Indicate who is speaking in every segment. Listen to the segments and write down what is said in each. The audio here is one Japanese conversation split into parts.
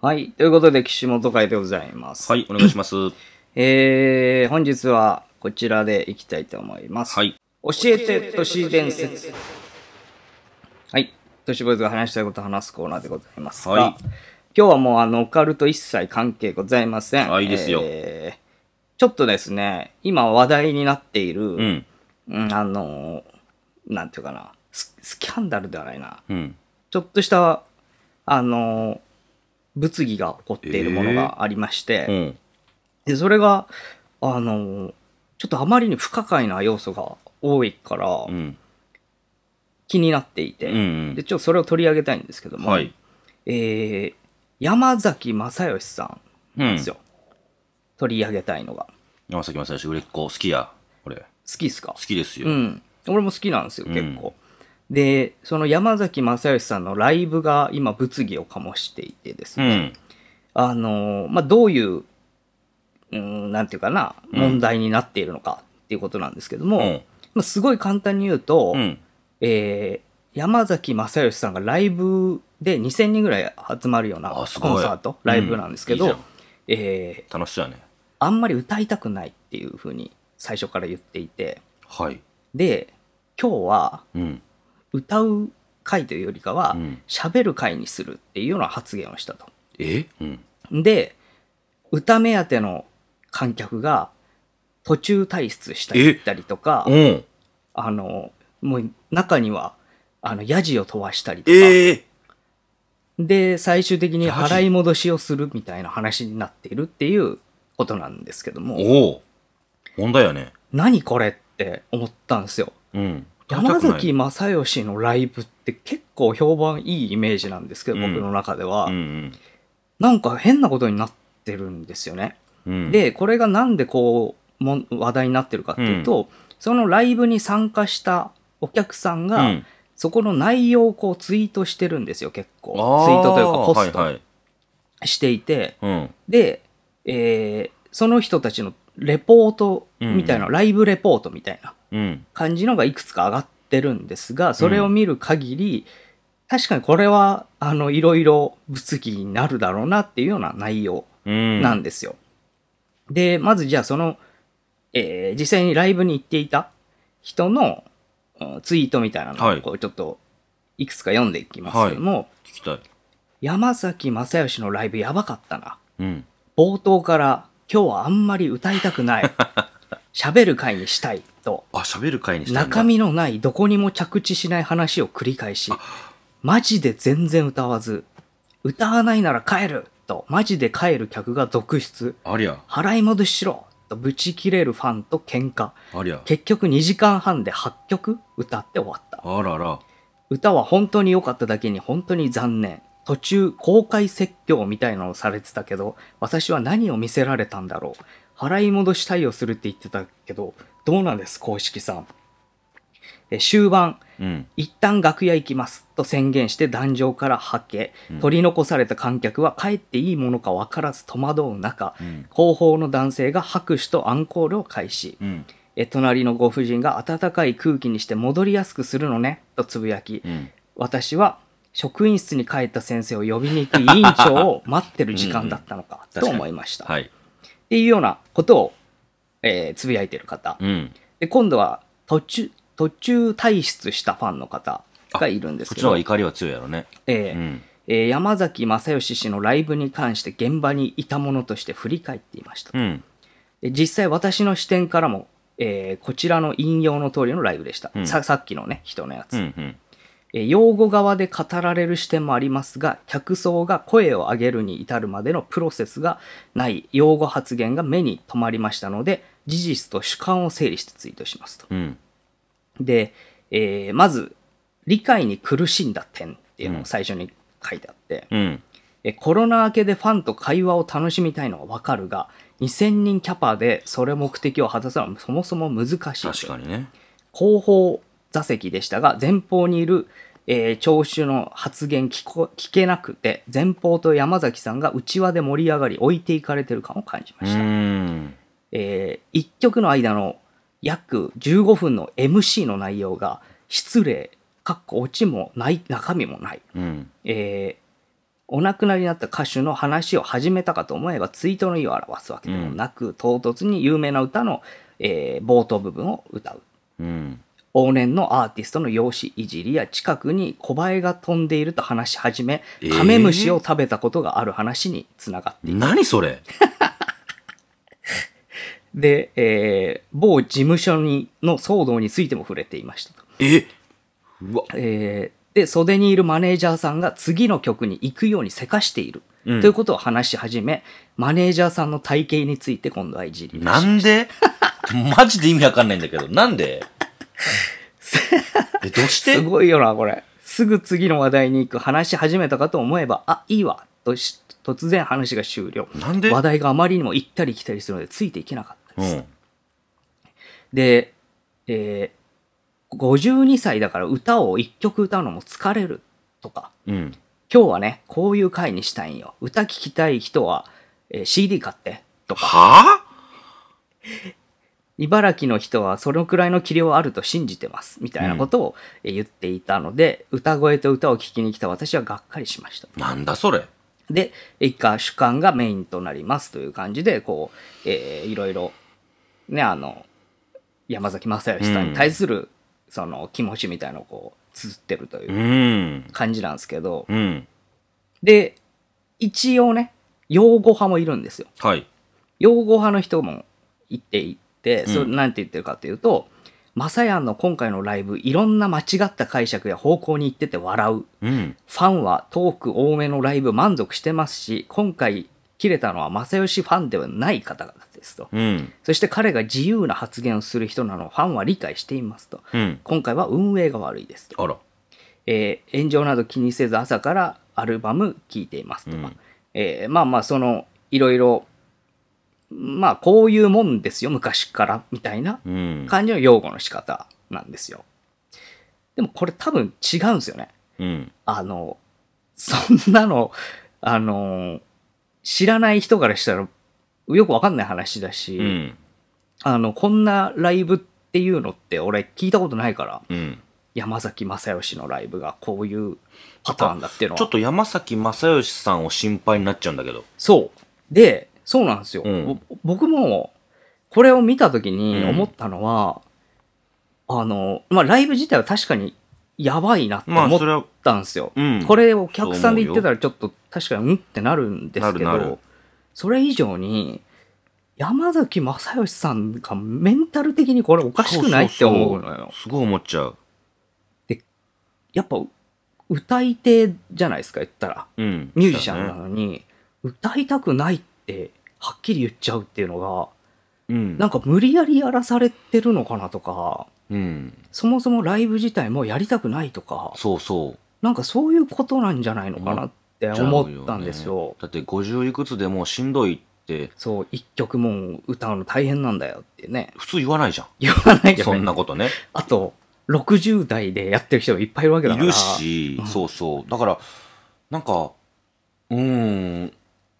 Speaker 1: はい。ということで、岸本会でございます。
Speaker 2: はい、お願いします。は
Speaker 1: えー、本日はこちらでいきたいと思います。
Speaker 2: い。
Speaker 1: 教えて都市伝説。はい。都市ボーイズが話したいことを話すコーナーでございますが、
Speaker 2: はい
Speaker 1: 今日はもうあの、オカルト一切関係ございません。
Speaker 2: あいいですよ
Speaker 1: えーちょっとですね、今話題になっている、
Speaker 2: うん。
Speaker 1: うんあのーなんていうかなス、スキャンダルではないな。
Speaker 2: うん。
Speaker 1: ちょっとした、あのー物議が起こっているものがありまして、
Speaker 2: うん。
Speaker 1: で、それが、あの、ちょっとあまりに不可解な要素が多いから、
Speaker 2: うん。
Speaker 1: 気になっていて、
Speaker 2: うんうん
Speaker 1: で、。ちょっとそれを取り上げたいんですけども、
Speaker 2: はい。
Speaker 1: えー山崎正義さ
Speaker 2: うんん
Speaker 1: です。よ、取り上げたいのが。
Speaker 2: 山崎まさよし、売れっ子、好きや。これ。
Speaker 1: 好きっすか
Speaker 2: 好きですよ。
Speaker 1: う
Speaker 2: うん。
Speaker 1: ん。俺も好きなんですよ、
Speaker 2: うん
Speaker 1: 結構。で、その山崎正義さんのライブが今、物議を醸していてですね、あのーまあ、どういう、うん、なんていうかな、
Speaker 2: うん
Speaker 1: 問題になっているのかっていうことなんですけども、
Speaker 2: うん
Speaker 1: まあ、すごい簡単に言うと、
Speaker 2: うん。
Speaker 1: えー山崎正義さんがライブで2000人ぐらい集まるようなコン
Speaker 2: あす
Speaker 1: サ
Speaker 2: ごい
Speaker 1: ート、ライブなんですけど、
Speaker 2: うんいいじ
Speaker 1: えー
Speaker 2: 楽しそうやね。
Speaker 1: あんまり歌いたくないっていうふうに最初から言っていて、
Speaker 2: はい。
Speaker 1: で、今日は
Speaker 2: うん。
Speaker 1: 歌う回というよりかは
Speaker 2: うん、
Speaker 1: 喋、る回にするっていうような発言をしたと。
Speaker 2: えうん。
Speaker 1: で、歌目当ての観客が途中退出した
Speaker 2: え
Speaker 1: りとか
Speaker 2: う、ん。
Speaker 1: あの、もう中には、あの、ヤジを飛ばしたりとか、
Speaker 2: ええ
Speaker 1: で、最終的に
Speaker 2: ヤジ
Speaker 1: 払い戻しをするみたいな話になっているっていうことなんですけども、
Speaker 2: おお問題やね。
Speaker 1: 何これって思ったんですよ。
Speaker 2: うん。
Speaker 1: 山
Speaker 2: 買いたくない
Speaker 1: 崎正義のライブって結構評判いいイメージなんですけど、
Speaker 2: うん
Speaker 1: 僕の中では、
Speaker 2: うん
Speaker 1: なんか変なことになってるんですよね。
Speaker 2: うん。うん、
Speaker 1: で、これがなんでこうもん話題になってるかっていうと、そのライブに参加したお客さん
Speaker 2: う
Speaker 1: が、
Speaker 2: ん、
Speaker 1: そこの内容をこうツイートしてるんですよ、結構。ツイ
Speaker 2: あ
Speaker 1: ートというかポス
Speaker 2: はい
Speaker 1: ト
Speaker 2: はい。
Speaker 1: していて、
Speaker 2: うん。
Speaker 1: で、えーその人たちのレポートみたいな、ライブレポートみたいな
Speaker 2: うん。
Speaker 1: 感じのがいくつか上がってるんですが、それを見る限り、確かにこれは、あの、いろいろ物議になるだろうなっていうような内容。
Speaker 2: うん。
Speaker 1: なんですよ。で、まずじゃあその、えー実際にライブに行っていた人のうんツイートみたいなの
Speaker 2: は
Speaker 1: を
Speaker 2: い
Speaker 1: こうちょっといくつか読んでいきますけども、
Speaker 2: 聞きたい。
Speaker 1: 山崎正義のライブやばかったな。
Speaker 2: うん。
Speaker 1: 冒頭から今日はあんまり歌いたく ない。喋る会にしたいと、
Speaker 2: あ、喋る会にしたいんだ
Speaker 1: 中。身のないどこにも着地しない話を繰り返し、マジで全然歌わず、歌わないなら帰ると、マジで帰る客が続出。
Speaker 2: ありゃ。
Speaker 1: 払い戻ししろとブチ切れるファンと喧嘩
Speaker 2: ありゃ。
Speaker 1: 結局2時間半で8曲歌って終わった
Speaker 2: あらら。
Speaker 1: 歌は本当に良かっただけに本当に残念途中公開説教みたいなのをされてたけど私は何を見せられたんだろう払い戻し対応するって言ってたけどどうなんです公式さんえ終盤
Speaker 2: うん。
Speaker 1: 一旦楽屋行きますと宣言して壇上からはけ、取り残された観客は帰っていいものか分からず戸惑う中、
Speaker 2: ん
Speaker 1: 後方の男性が拍手とアンコールを開始、
Speaker 2: うん。
Speaker 1: え隣のご婦人が温かい空気にして戻りやすくするのねとつぶやき、
Speaker 2: うん。
Speaker 1: 私は職員室に帰った先生を呼びに行く委員長を待ってる時間だったのか
Speaker 2: うん
Speaker 1: と思いま した、
Speaker 2: はい。
Speaker 1: っていうようなことを、えーつぶやいてる方、
Speaker 2: うん。
Speaker 1: で今度は途中途中退出したファンの方がいるんです
Speaker 2: そっ
Speaker 1: け
Speaker 2: ちの方
Speaker 1: ど
Speaker 2: が、怒りは強いやろね。
Speaker 1: えー
Speaker 2: うん。
Speaker 1: えー山崎正義氏のライブに関して現場にいたものとして振り返っていました。
Speaker 2: うん。
Speaker 1: で実際私の視点からも、えーこちらの引用の通りのライブでした。
Speaker 2: うん
Speaker 1: ささっきのね、人のやつ、
Speaker 2: うん。うん。
Speaker 1: えー用語側で語られる視点もありますが、客層が声を上げるに至るまでのプロセスがない用語発言が目に留まりましたので、事実と主観を整理してツイートしますと。
Speaker 2: うん。
Speaker 1: で、えーまず、理解に苦しんだ点っていうのを最初に書いてあって、
Speaker 2: うん。
Speaker 1: えコロナ明けでファンと会話を楽しみたいのはわかるが、2000人キャパでそれ目的を果たすのはそもそも難しい。
Speaker 2: 確かにね。
Speaker 1: 後方座席でしたが、前方にいる、えー聴衆の発言聞こ聞けなくて、前方と山崎さんが内輪で盛り上がり置いていかれてる感を感じ
Speaker 2: う
Speaker 1: ました。
Speaker 2: ーん。
Speaker 1: えー、1曲の間の約15分の MC の内容が失礼、かっこオチもない、中身もない。
Speaker 2: うん。
Speaker 1: えーお亡くなりになった歌手の話を始めたかと思えば追悼の意を表すわけでもなく、唐突に有名な歌の、えー冒頭部分を歌う。
Speaker 2: うん。
Speaker 1: 往年のアーティストの容姿いじりや近くに小バエが飛んでいると話し始め、
Speaker 2: えー
Speaker 1: カメムシを食べたことがある話につながっている
Speaker 2: 何それ
Speaker 1: で、えー某事務所にの騒動についても触れていましたと。
Speaker 2: えうわ。
Speaker 1: えーで、袖にいるマネージャーさんが次の曲に行くようにせかしている、
Speaker 2: うん
Speaker 1: ということを話し始め、マネージャーさんの体型について今度はいじり出し
Speaker 2: なん でマジで意味わかんないんだけど。なんでえ、どうして
Speaker 1: すごいよな、これ。すぐ次の話題に行く話し始めたかと思えば、あ、いいわ、とし突然話が終了。
Speaker 2: なんで
Speaker 1: 話題があまりにも行ったり来たりするのでついていけなかった
Speaker 2: う
Speaker 1: です。
Speaker 2: ん。
Speaker 1: で、えー52歳だから歌を1曲歌うのも疲れるとか、
Speaker 2: うん。
Speaker 1: 今日はね、こういう回にしたいんよ。歌聴きたい人は、えー CD 買ってとか、
Speaker 2: はぁ
Speaker 1: 茨城の人はそのくらいの器量あると信じてますみたいなことをえー言っていたので、歌声と歌を聴きに来た私はがっかりしました。
Speaker 2: なんだそれ。
Speaker 1: で、一家主観がメインとなりますという感じで、こう、えーいろいろ、ね、あの、山崎正義さんに対する、その気持ちみたいなのをこう、綴ってるといううん感じなんですけど、
Speaker 2: うん。
Speaker 1: で、一応ね、擁護派もいるんですよ。
Speaker 2: はい。
Speaker 1: 擁護派の人もいていて、それ
Speaker 2: うん
Speaker 1: なんて言ってるかというと、マサヤンの今回のライブ、いろんな間違った解釈や方向に行ってて笑う。
Speaker 2: うん。
Speaker 1: ファンはトーク多めのライブ満足してますし、今回切れたのは正義ファンではない方々ですと。
Speaker 2: うん。
Speaker 1: そして彼が自由な発言をする人なのをファンは理解していますと。
Speaker 2: うん。
Speaker 1: 今回は運営が悪いですと。
Speaker 2: あら。
Speaker 1: えー炎上など気にせず朝からアルバム聴いていますとか、
Speaker 2: うん
Speaker 1: えーまあまあそのいろいろまあこういうもんですよ昔からみたいな
Speaker 2: うん。
Speaker 1: 感じの擁護の仕方なんですよでもこれ多分違うんですよね
Speaker 2: うん。
Speaker 1: あのそんなのあの知らない人からしたらよくわかんない話だし、
Speaker 2: うん。
Speaker 1: あのこんなライブっていうのって俺聞いたことないから
Speaker 2: うん。
Speaker 1: 山崎正義のライブがこういうパターンだっていうのは
Speaker 2: ちょっと山崎正義さんを心配になっちゃうんだけど。
Speaker 1: そう。で、そうなんですよ。
Speaker 2: うん
Speaker 1: ぼ僕も、これを見たときに
Speaker 2: うん
Speaker 1: 思ったのは、あの、まあ、ライブ自体は確かにやばいなって
Speaker 2: まあ、
Speaker 1: 思っ
Speaker 2: それは、
Speaker 1: たんですよ。
Speaker 2: うん。
Speaker 1: これ、お客さんで言ってたら、ちょっと確かに、うんってなるんですけ
Speaker 2: なるなる
Speaker 1: ど、それ以上に、山崎正義さんがメンタル的にこれおかしくないって
Speaker 2: そうそうそう
Speaker 1: 思うのよ。
Speaker 2: すごい思っちゃう。
Speaker 1: やっぱ、歌い手じゃないですか、言ったら。
Speaker 2: うん。
Speaker 1: ミュージシャンな
Speaker 2: だ
Speaker 1: の
Speaker 2: ね。
Speaker 1: に、歌いたくないってはっきり言っちゃうっていうのが、
Speaker 2: うん。
Speaker 1: なんか無理やりやらされてるのかなとか、
Speaker 2: うん。
Speaker 1: そもそもライブ自体もやりたくないとか、
Speaker 2: そうそう。
Speaker 1: なんかそういうことなんじゃないのかなって思ったんです
Speaker 2: ちゃう
Speaker 1: よ。
Speaker 2: だって50いくつでもうしんどいって
Speaker 1: そう、一曲も歌うの大変なんだよってね、
Speaker 2: 普通言わないじゃん。
Speaker 1: 言わないよ
Speaker 2: そん
Speaker 1: ね。
Speaker 2: なことね。
Speaker 1: あと、60代でやってる人がいっぱいいるわけだ
Speaker 2: い
Speaker 1: から。
Speaker 2: るし、そうそう。だから、なんか、うーん、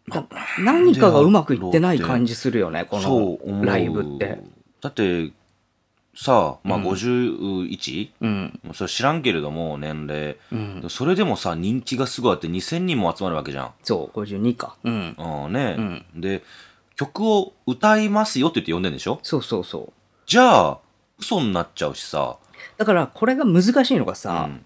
Speaker 1: だ何かがうまくいってない感じするよね、こ
Speaker 2: そう思
Speaker 1: の
Speaker 2: う。
Speaker 1: ライブって。。
Speaker 2: だって、さあ、まあ
Speaker 1: うん
Speaker 2: 51?、
Speaker 1: うん。
Speaker 2: それ知らんけれども、年齢。
Speaker 1: うん。
Speaker 2: それでもさ、人気がすごいあって2000人も集まるわけじゃん。
Speaker 1: そう、52か。うん。
Speaker 2: うん、ね、
Speaker 1: うん
Speaker 2: で、曲を歌いますよって言って呼んでんでしょ
Speaker 1: そうそうそう。
Speaker 2: じゃあ、嘘になっちゃうしさ。
Speaker 1: だからこれが難しいのがさ、
Speaker 2: うん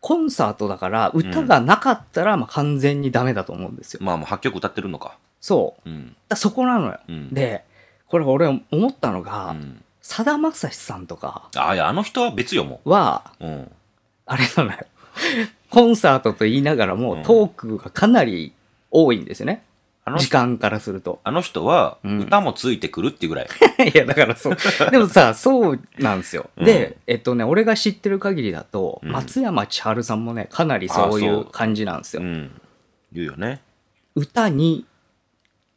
Speaker 1: コンサートだから歌がなかったらまあ完全にダメだと思うんですよ。
Speaker 2: まあ、もう8曲歌ってるのか。
Speaker 1: そう。
Speaker 2: うん。
Speaker 1: だそこなのよ。
Speaker 2: うん
Speaker 1: で、これ俺思ったの
Speaker 2: う
Speaker 1: が、
Speaker 2: ん、
Speaker 1: さだまさしさんとか
Speaker 2: あいや、あの人は別よ、も
Speaker 1: は、
Speaker 2: う。うん。
Speaker 1: あれなのよ。 コンサートと言いながらも
Speaker 2: うん
Speaker 1: トークがかなり多いんですよね。
Speaker 2: あの
Speaker 1: 時間からすると。
Speaker 2: あの人は、
Speaker 1: うん
Speaker 2: 歌もついてくるっていうぐ らい。
Speaker 1: いや、だから そう。でもさ、そうなんですよ。
Speaker 2: うん
Speaker 1: で、えっとね、俺が知ってる限りだと、
Speaker 2: うん
Speaker 1: 松山千春さんもね、かなりそうい
Speaker 2: あそうう
Speaker 1: 感じなんですよ
Speaker 2: う。ん。言うよね。
Speaker 1: 歌に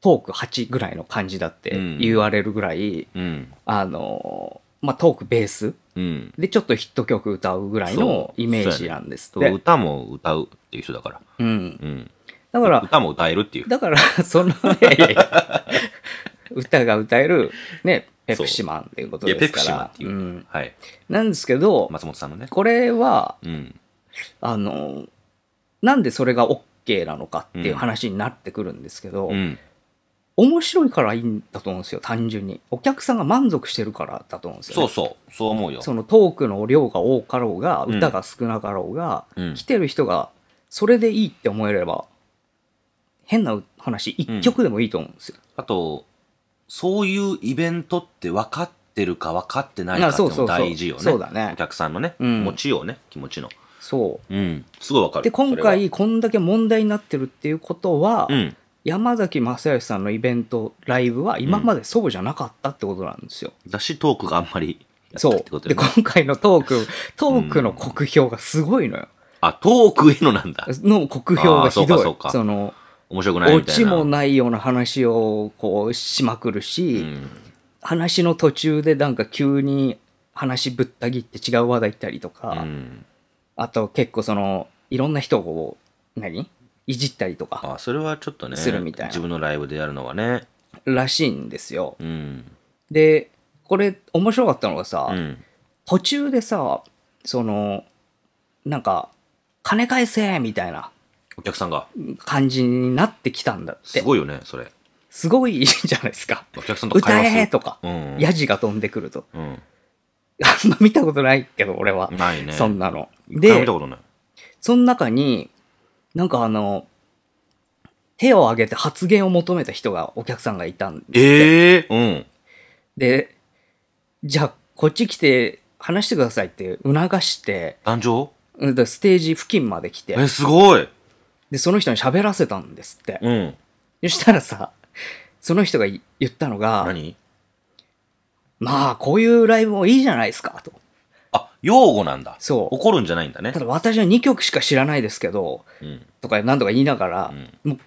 Speaker 1: トーク8ぐらいの感じだって
Speaker 2: うん
Speaker 1: 言われるぐらい、
Speaker 2: うん。
Speaker 1: あのーまあ、トークベース
Speaker 2: うん。
Speaker 1: でちょっとヒット曲歌うぐらいの
Speaker 2: そう
Speaker 1: イメージなんですって。
Speaker 2: 歌も歌うっていう人だから。
Speaker 1: うん、
Speaker 2: うん。
Speaker 1: だから、
Speaker 2: 歌も歌えるっていう。
Speaker 1: だから、そ の、いやいやいや歌が歌える、ね、ペプシマンっていうこと
Speaker 2: いや、
Speaker 1: で
Speaker 2: ペ
Speaker 1: す
Speaker 2: プ
Speaker 1: か
Speaker 2: シマンっ
Speaker 1: ら。
Speaker 2: ていう。
Speaker 1: うん
Speaker 2: はい。
Speaker 1: なんですけど、
Speaker 2: 松本さんのね。
Speaker 1: これは、
Speaker 2: うん。
Speaker 1: あのーなんでそれが OK OK なのかっていう話になってくるんですけど、
Speaker 2: うん。
Speaker 1: 面白いからいいんだと思うんですよ単純にお客さんが満足してるからだと思うんですよね、
Speaker 2: そうそう、そう思うよ。
Speaker 1: そのトークの量が多かろうが
Speaker 2: うん
Speaker 1: 歌が少なかろうが、
Speaker 2: うん
Speaker 1: 来てる人がそれでいいって思えれば変な話一曲でもいいと思うんですよ、
Speaker 2: あと、そういうイベントって分かってるか分かってないか
Speaker 1: あ
Speaker 2: って
Speaker 1: そ
Speaker 2: いう
Speaker 1: う
Speaker 2: の
Speaker 1: そ
Speaker 2: も
Speaker 1: うそう
Speaker 2: 大事よね。
Speaker 1: そうだね
Speaker 2: お客さんのね、
Speaker 1: うん
Speaker 2: 気持ちよね、気持ちの。
Speaker 1: そ
Speaker 2: うん。すごい分か
Speaker 1: う
Speaker 2: る。
Speaker 1: で今
Speaker 2: それは、
Speaker 1: 回こんだけ問題になってるっていうことは、
Speaker 2: うん。
Speaker 1: 山崎正義さんのイベントライブは今までそうじゃなかったってことなんですよ、
Speaker 2: だしトークがあんまりやった
Speaker 1: そ
Speaker 2: ってこ
Speaker 1: う
Speaker 2: と
Speaker 1: で
Speaker 2: よね。
Speaker 1: 今回のトークトークの酷評がすごいのよ、
Speaker 2: あ、トークへのなんだ。
Speaker 1: の酷評がひどい
Speaker 2: あーそうかそうか
Speaker 1: の
Speaker 2: 面白くない
Speaker 1: オ
Speaker 2: みたい
Speaker 1: チ
Speaker 2: な。
Speaker 1: もないような話をこうしまくるし、
Speaker 2: うん。
Speaker 1: 話の途中でなんか急に話ぶった切って違う話題行ったりとか、
Speaker 2: うん。
Speaker 1: あと結構そのいろんな人を何いじったりとか
Speaker 2: あ、それはちょっとね、
Speaker 1: するみたいな
Speaker 2: 自分のライブでやるのはね。
Speaker 1: らしいんですよ。
Speaker 2: うん。
Speaker 1: でこれ面白かったのがさ、
Speaker 2: うん。
Speaker 1: 途中でさそのなんか「金返せ!」みたいな
Speaker 2: お客さんが、
Speaker 1: 感じになってきたんだって
Speaker 2: すごいよね、それ。
Speaker 1: すごいじゃないですか。
Speaker 2: お客さんと会
Speaker 1: 歌
Speaker 2: 話する。
Speaker 1: えとか、
Speaker 2: うん。
Speaker 1: ヤジが飛んでくると。
Speaker 2: うん。
Speaker 1: あんま見たことないけど、俺は。
Speaker 2: ないね。
Speaker 1: そんなの。
Speaker 2: 一回も
Speaker 1: で
Speaker 2: 見た、ことない。
Speaker 1: その中に、なんかあの、手を挙げて発言を求めた人が、お客さんがいたんで、
Speaker 2: ええうん。
Speaker 1: でじゃあ、こっち来て話してくださいって促して、
Speaker 2: 誕生
Speaker 1: うんだステージ付近まで来て、
Speaker 2: え、すごい
Speaker 1: で、その人に喋らせたんですって。
Speaker 2: うん。
Speaker 1: そしたらさ、その人が言ったのが、
Speaker 2: 何
Speaker 1: まあ、こういうライブもいいじゃないですか、と。
Speaker 2: あ、用語なんだ。
Speaker 1: そう
Speaker 2: 怒るんじゃないんだね
Speaker 1: た。だ私は2曲しか知らないですけど、
Speaker 2: うん。
Speaker 1: とか何とか言いながら
Speaker 2: う、ん。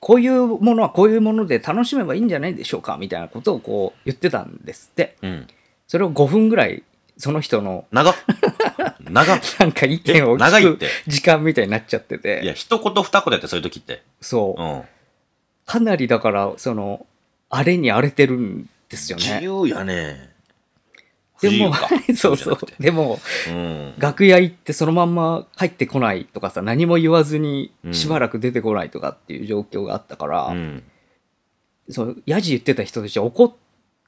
Speaker 1: こういうものはこういうもので楽しめばいいんじゃないでしょうかみたいなことをこう言ってたんですって
Speaker 2: うん。
Speaker 1: それを5分ぐらいその人の
Speaker 2: 長っ 長っ
Speaker 1: なんか意見を
Speaker 2: え長い
Speaker 1: 聞
Speaker 2: っ
Speaker 1: く
Speaker 2: て
Speaker 1: 時間みたいになっちゃってて
Speaker 2: いや、一言二言やって、そういう時って。。
Speaker 1: そううんかなりだからその荒れに荒れてるんですよ
Speaker 2: 自
Speaker 1: ね
Speaker 2: 由やね。
Speaker 1: で
Speaker 2: 自由
Speaker 1: も
Speaker 2: か
Speaker 1: そうそう
Speaker 2: 自由じ
Speaker 1: でも
Speaker 2: ゃなくてうん。
Speaker 1: 楽屋行ってそのまんま帰ってこないとかさ何も言わずに
Speaker 2: うん
Speaker 1: しばらく出てこないとかっていう状況があったから、
Speaker 2: うん。
Speaker 1: そのヤジ言ってた人たちは怒っ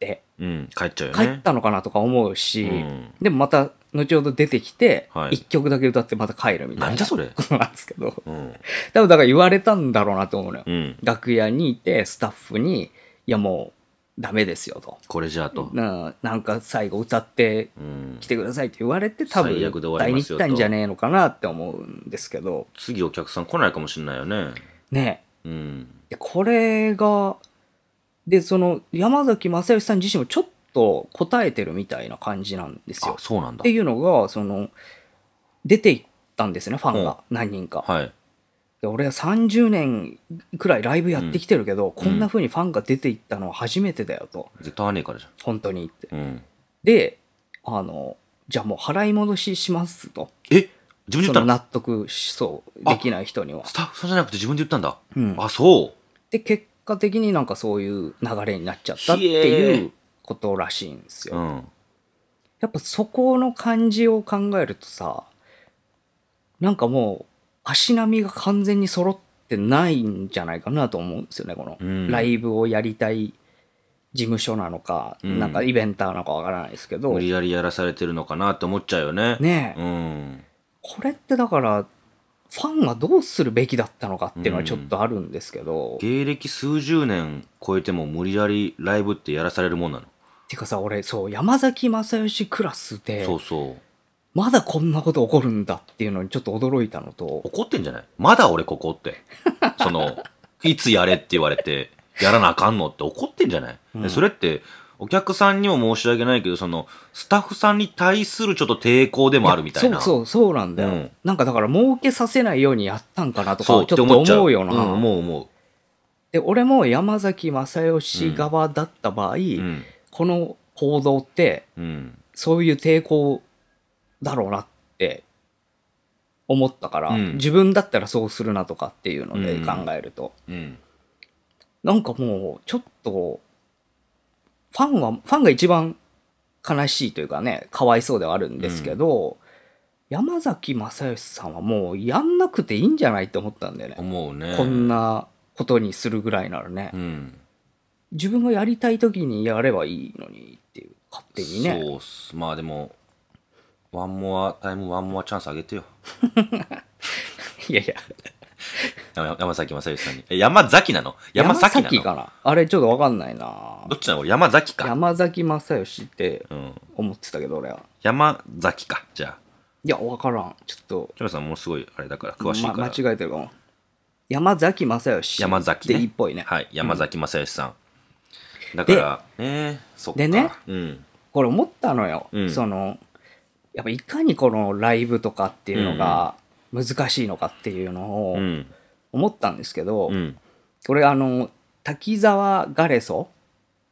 Speaker 1: て
Speaker 2: うん。帰っちゃうよ
Speaker 1: 帰
Speaker 2: ね。
Speaker 1: ったのかなとか思うし、
Speaker 2: うん
Speaker 1: でもまた後ほど出てきて、
Speaker 2: はい
Speaker 1: 一曲だけ歌ってまた帰るみたいな
Speaker 2: なんじゃそれ。
Speaker 1: ことなんですけど
Speaker 2: うん。
Speaker 1: 多分だから言われたんだろうなと思うのよ、
Speaker 2: うん。
Speaker 1: 楽屋にいてスタッフに「いやもうダメですよ」と
Speaker 2: これじゃあと
Speaker 1: 「。ななんか最後歌って
Speaker 2: うん
Speaker 1: 来。てください」って言われて多分
Speaker 2: 最悪で終わ
Speaker 1: 歌い
Speaker 2: り
Speaker 1: に
Speaker 2: ます
Speaker 1: 行っ
Speaker 2: よと
Speaker 1: たんじゃねえのかなって思うんですけど
Speaker 2: 次お客さん来ないかもしれないよね。
Speaker 1: ね
Speaker 2: うん。
Speaker 1: えでこれがでその山崎正義さん自身もちょっと答えてるみたいな感じなんですよ
Speaker 2: あ、。そうなん
Speaker 1: っ
Speaker 2: だ
Speaker 1: て。いうのがその出ていったんですねファン
Speaker 2: うん
Speaker 1: が何人か、
Speaker 2: はい。
Speaker 1: で俺は30年くらいライブやってきてるけど、こんな風にファンが出ていったのは初めてだよと
Speaker 2: 絶対会わねえからじゃ
Speaker 1: 本当にって
Speaker 2: ん。うん。
Speaker 1: であのじゃあもう払い戻ししますと
Speaker 2: え自分で言
Speaker 1: そ
Speaker 2: った
Speaker 1: の
Speaker 2: の
Speaker 1: 納得しそう
Speaker 2: あ
Speaker 1: できない人には
Speaker 2: ス、タッフさんじゃなくて自分で言ったんだ。
Speaker 1: うん
Speaker 2: あ、そう。
Speaker 1: で結果的になんかそういう流れになっちゃったっていうことらしいんですよ、
Speaker 2: うん。
Speaker 1: やっぱそこの感じを考えるとさなんかもう足並みが完全に揃ってないんじゃないかなと思うんですよねこの、
Speaker 2: うん
Speaker 1: ライブをやりたい事務所なのか、
Speaker 2: うん
Speaker 1: なんかイベンターなのかわからないですけど
Speaker 2: 無理やりやらされてるのかなって思っちゃうよね。
Speaker 1: ねえ
Speaker 2: うん。
Speaker 1: これってだからファンがどうするべきだったのかっていうのはちょっとあるんですけど、
Speaker 2: 芸歴数十年超えても無理やりライブってやらされるもんなの。
Speaker 1: てかさ俺そう山崎正義クラスで
Speaker 2: そうそう。
Speaker 1: まだこんなこと起こるんだっていうのにちょっと驚いたのと
Speaker 2: 怒ってんじゃないまだ俺ここって。 その、いつやれって言われて、やらなあかんのって怒ってんじゃない、で
Speaker 1: うん
Speaker 2: それって、お客さんにも申し訳ないけど、その、スタッフさんに対するちょっと抵抗でもあるみたいな。
Speaker 1: そう
Speaker 2: う
Speaker 1: そうそうなんだよ、
Speaker 2: うん
Speaker 1: なんかだから儲けさせないようにやったんかなとか
Speaker 2: そう。
Speaker 1: ちょっと思うよな、
Speaker 2: って思っちゃうん、思う思
Speaker 1: で俺も山崎正義側だった場合、
Speaker 2: う。うん。
Speaker 1: この行動って
Speaker 2: うん。
Speaker 1: そういう抵抗だろうなって思ったから、
Speaker 2: うん
Speaker 1: 自分だったらそうするなとかっていうので考えると、
Speaker 2: うん。
Speaker 1: なんかもうちょっとファンはファンが一番悲しいというかねかわいそうではあるんですけど、山崎正義さんはもうやんなくていいんじゃないって思ったんだよね、
Speaker 2: 思うね
Speaker 1: こんなことにするぐらいならね、
Speaker 2: うん
Speaker 1: 自分がやりたい時にやればいいのにっていう勝手にね
Speaker 2: そうっすまあでもワンモアタイムワンモアチャンスあげてよ
Speaker 1: いやいや
Speaker 2: 山山崎正義さんにえ山崎なの山
Speaker 1: 山
Speaker 2: 崎なの
Speaker 1: 崎かなあれちょっと分かんないな
Speaker 2: どっちなの俺山崎か、
Speaker 1: 山崎正義って
Speaker 2: うん、
Speaker 1: 思ってたけど俺は
Speaker 2: 山崎かじゃあ
Speaker 1: いや分からんちょっと
Speaker 2: キャラさんものすごいあれだから詳しいから、
Speaker 1: ま間違えてるかも山崎正義
Speaker 2: 山崎、
Speaker 1: でいいっぽいね、
Speaker 2: はい山崎正義さん、だからねそっか
Speaker 1: でね
Speaker 2: うん
Speaker 1: これ思ったのよ、
Speaker 2: うん
Speaker 1: そのやっぱいかにこのライブとかっていうのが難しいのかっていうの
Speaker 2: う
Speaker 1: を
Speaker 2: ん
Speaker 1: 思ったんですけど、
Speaker 2: うん
Speaker 1: これあの滝沢ガレソ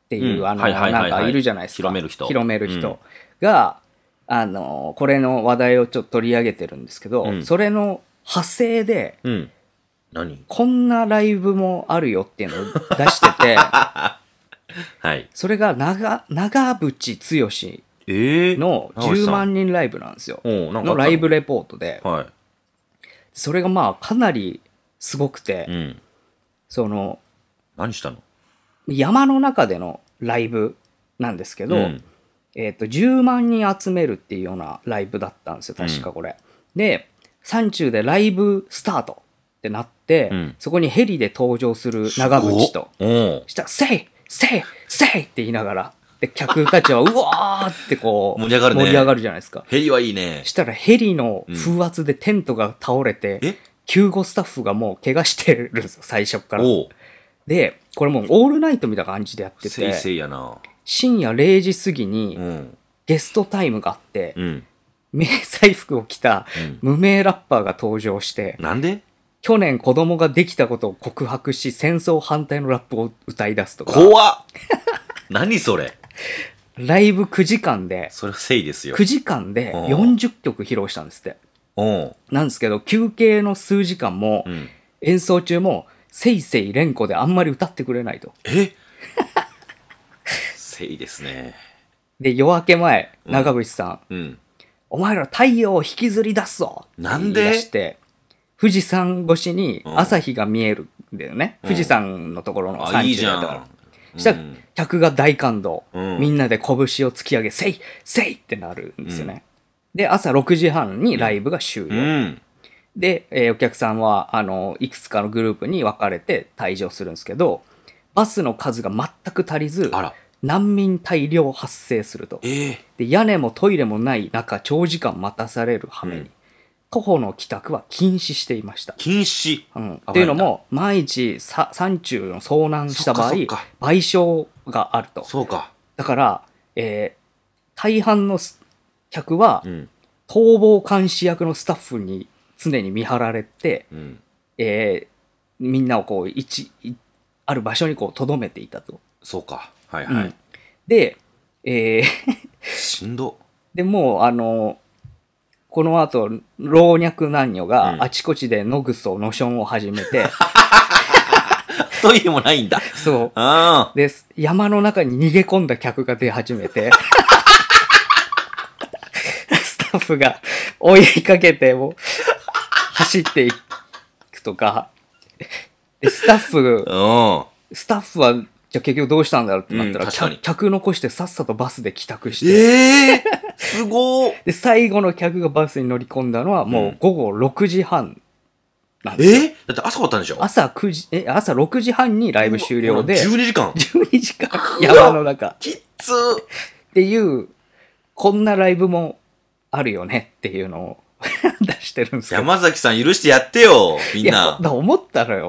Speaker 1: っていう、
Speaker 2: うん
Speaker 1: あの、
Speaker 2: はいはいはいはい
Speaker 1: なんかいるじゃないですか
Speaker 2: 広める人
Speaker 1: 広める人
Speaker 2: うん
Speaker 1: が、あのこれの話題をちょっと取り上げてるんですけど、
Speaker 2: うん
Speaker 1: それの派生で
Speaker 2: うん何
Speaker 1: こんなライブもあるよっていうのを出して て
Speaker 2: はい
Speaker 1: それが長長渕
Speaker 2: え
Speaker 1: 剛
Speaker 2: ー、
Speaker 1: の
Speaker 2: 直樹
Speaker 1: 10
Speaker 2: さん
Speaker 1: 万人ライブなんですよ
Speaker 2: おうなんかあった
Speaker 1: のライブレポートで
Speaker 2: は
Speaker 1: それがまあかなりすごくて、
Speaker 2: いうん
Speaker 1: その
Speaker 2: 何したの
Speaker 1: 山の中でのライブなんですけど、
Speaker 2: うん
Speaker 1: えー、と10万人集めるっていうようなライブだったんですよ確かこれ、で山中でライブスタートってなって、
Speaker 2: うん
Speaker 1: そこにヘリで登場する長渕と
Speaker 2: おお
Speaker 1: したら「せいせいせい!」って言いながらで客たちはうわーってこう
Speaker 2: 盛り上がるね
Speaker 1: 盛り上がるじゃないですか
Speaker 2: ヘリはいいね
Speaker 1: したらヘリの風圧でテントが倒れて、
Speaker 2: え
Speaker 1: 救護スタッフがもう怪我してるんですよ最初から
Speaker 2: おう
Speaker 1: でこれもうオールナイトみたいな感じでやって
Speaker 2: せいせ
Speaker 1: て
Speaker 2: いやな
Speaker 1: 深夜0時過ぎに
Speaker 2: うん
Speaker 1: ゲストタイムがあって、
Speaker 2: うん
Speaker 1: 迷彩服を着た
Speaker 2: うん
Speaker 1: 無名ラッパーが登場して、
Speaker 2: なんで
Speaker 1: 去年子供ができたことを告白し、戦争反対のラップを歌い出すとか、
Speaker 2: 怖っ 何それ
Speaker 1: ライブ9時間で、
Speaker 2: それはせいですよ
Speaker 1: 9時間で
Speaker 2: うん
Speaker 1: 40曲披露したんですって。
Speaker 2: おう
Speaker 1: なんですけど、休憩の数時間も、
Speaker 2: うん
Speaker 1: 演奏中も、せいせい連呼であんまり歌ってくれないと。
Speaker 2: え せいですね
Speaker 1: で、夜明け前、
Speaker 2: うん
Speaker 1: 長渕さん、
Speaker 2: うん
Speaker 1: お前ら太陽を引きずり出すぞ
Speaker 2: なん
Speaker 1: って言
Speaker 2: で
Speaker 1: い出して、富士山越しに
Speaker 2: うん
Speaker 1: 朝日が見えるんだよね。
Speaker 2: うん
Speaker 1: 富士山のところの
Speaker 2: あ
Speaker 1: 山
Speaker 2: いい
Speaker 1: 地
Speaker 2: じ
Speaker 1: だ
Speaker 2: ゃ
Speaker 1: ったから
Speaker 2: ん。
Speaker 1: したら
Speaker 2: うん
Speaker 1: 客が大感動、
Speaker 2: うん
Speaker 1: みんなで拳を突き上げ「せいせい!」ってなるんですよね、で朝6時半にライブが終了、
Speaker 2: うん
Speaker 1: で、えーお客さんはあのいくつかのグループに分かれて退場するんですけどバスの数が全く足りず
Speaker 2: あら
Speaker 1: 難民大量発生すると
Speaker 2: ええ
Speaker 1: で屋根もトイレもない中長時間待たされる羽目に、
Speaker 2: うん
Speaker 1: 徒歩の帰宅は禁止していました
Speaker 2: 禁止
Speaker 1: うん、っ
Speaker 2: だ
Speaker 1: ていうのも万一さ山中の遭難した場合
Speaker 2: そっ
Speaker 1: 賠
Speaker 2: か
Speaker 1: 償があると
Speaker 2: そうか
Speaker 1: だから、えー大半のす客は
Speaker 2: うん
Speaker 1: 逃亡監視役のスタッフに常に見張られて、
Speaker 2: うん
Speaker 1: えーみんなをこう一いある場所にこう留めていたと。
Speaker 2: そうかはいは
Speaker 1: うん
Speaker 2: い
Speaker 1: で、えー
Speaker 2: しんど
Speaker 1: でもうあのこの後老若男女
Speaker 2: う
Speaker 1: が
Speaker 2: ん
Speaker 1: あちこちでノグソノションを始め て、
Speaker 2: トイレもないんだ
Speaker 1: そう
Speaker 2: ああ
Speaker 1: です山の中に逃げ込んだ客が出始めて スタッフが追いかけてもう走っていくとかでスタッフ
Speaker 2: うん
Speaker 1: スタッフはじゃあ結局どうしたんだろうってなったら、
Speaker 2: うん確かに
Speaker 1: 客客残してさっさとバスで帰宅して、
Speaker 2: ええすごー
Speaker 1: で最後の客がバスに乗り込んだのはもう
Speaker 2: う
Speaker 1: ん午後6時半なんですよ、
Speaker 2: えだって朝終わったんでしょ
Speaker 1: 朝9時え朝6時半にライブ終了で
Speaker 2: 12時間
Speaker 1: 12時間山の中
Speaker 2: きっつー
Speaker 1: っていう、こんなライブもあるよねっていうのを 出してるんですけど。
Speaker 2: 山崎さん許してやってよみ
Speaker 1: い
Speaker 2: ん
Speaker 1: や
Speaker 2: な
Speaker 1: だから思ったの
Speaker 2: う
Speaker 1: よ。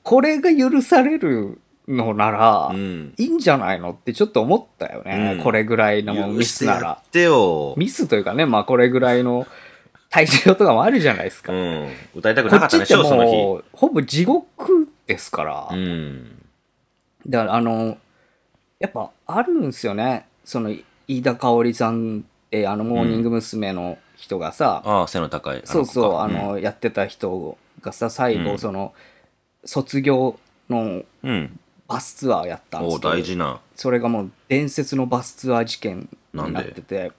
Speaker 2: ん
Speaker 1: これが許されるのなら
Speaker 2: う、ん
Speaker 1: いいんじゃないのってちょっと思ったよね。
Speaker 2: うん
Speaker 1: これぐらいの
Speaker 2: 許
Speaker 1: ミ
Speaker 2: し
Speaker 1: ス
Speaker 2: て
Speaker 1: な
Speaker 2: や
Speaker 1: ら。
Speaker 2: ってよ
Speaker 1: ミスというかね、まあこれぐらいの体調とかもあるじゃないです
Speaker 2: う
Speaker 1: か。
Speaker 2: ん歌いたく
Speaker 1: こ
Speaker 2: なか
Speaker 1: っ
Speaker 2: っ
Speaker 1: ち
Speaker 2: た
Speaker 1: っ
Speaker 2: でしてょその日
Speaker 1: もう、ほぼ地獄ですから。
Speaker 2: うん
Speaker 1: だからあのやっぱあるんですよねその飯田香織さんってあのモーニング娘。の人がさ、
Speaker 2: ああ背の高い
Speaker 1: そうそうあ
Speaker 2: あの子か
Speaker 1: の、やってた人がさ最後、
Speaker 2: うん
Speaker 1: その卒業の
Speaker 2: うんうん
Speaker 1: バスツアーやったんで
Speaker 2: お
Speaker 1: す
Speaker 2: う
Speaker 1: けど
Speaker 2: 大事な
Speaker 1: それがもう伝説のバスツアー事件になってて